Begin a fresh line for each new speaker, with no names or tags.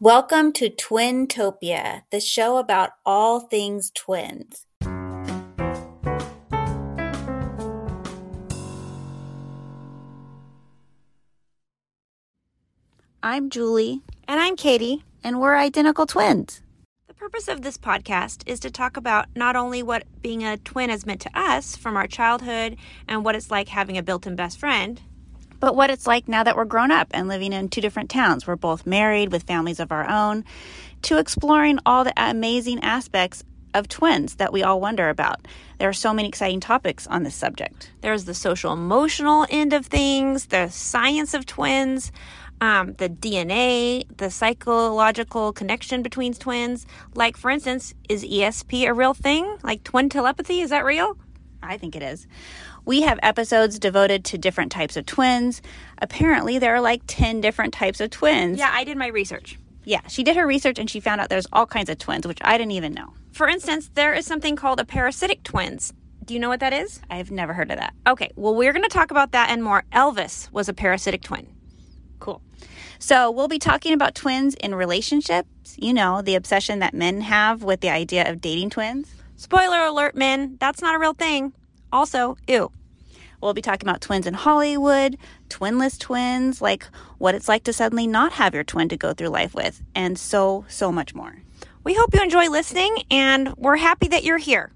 Welcome to Twintopia, the show about all things twins. I'm Julie,
And I'm Katie.
and we're identical twins.
The purpose of this podcast is to talk about not only what being a twin has meant to us from our childhood and what it's like having a built in best friend,
But what it's like now that we're grown up and living in two different towns. We're both married with families of our own, to exploring all the amazing aspects of twins that we all wonder about. There are so many exciting topics on this subject.
there's the social emotional end of things, the science of twins, um, the DNA, the psychological connection between twins. Like, for instance, is ESP a real thing? Like, twin telepathy, is that real?
I think it is. We have episodes devoted to different types of twins. Apparently, there are like 10 different types of twins.
Yeah, I did my research.
Yeah, she did her research and she found out there's all kinds of twins, which I didn't even know.
For instance, there is something called a parasitic twins. Do you know what that is?
I've never heard of that.
Okay, well, we're going to talk about that and more. Elvis was a parasitic twin.
Cool. So, we'll be talking about twins in relationships, you know, the obsession that men have with the idea of dating twins.
Spoiler alert, men, that's not a real thing. Also, ew.
We'll be talking about twins in Hollywood, twinless twins, like what it's like to suddenly not have your twin to go through life with, and so, so much more.
We hope you enjoy listening, and we're happy that you're here.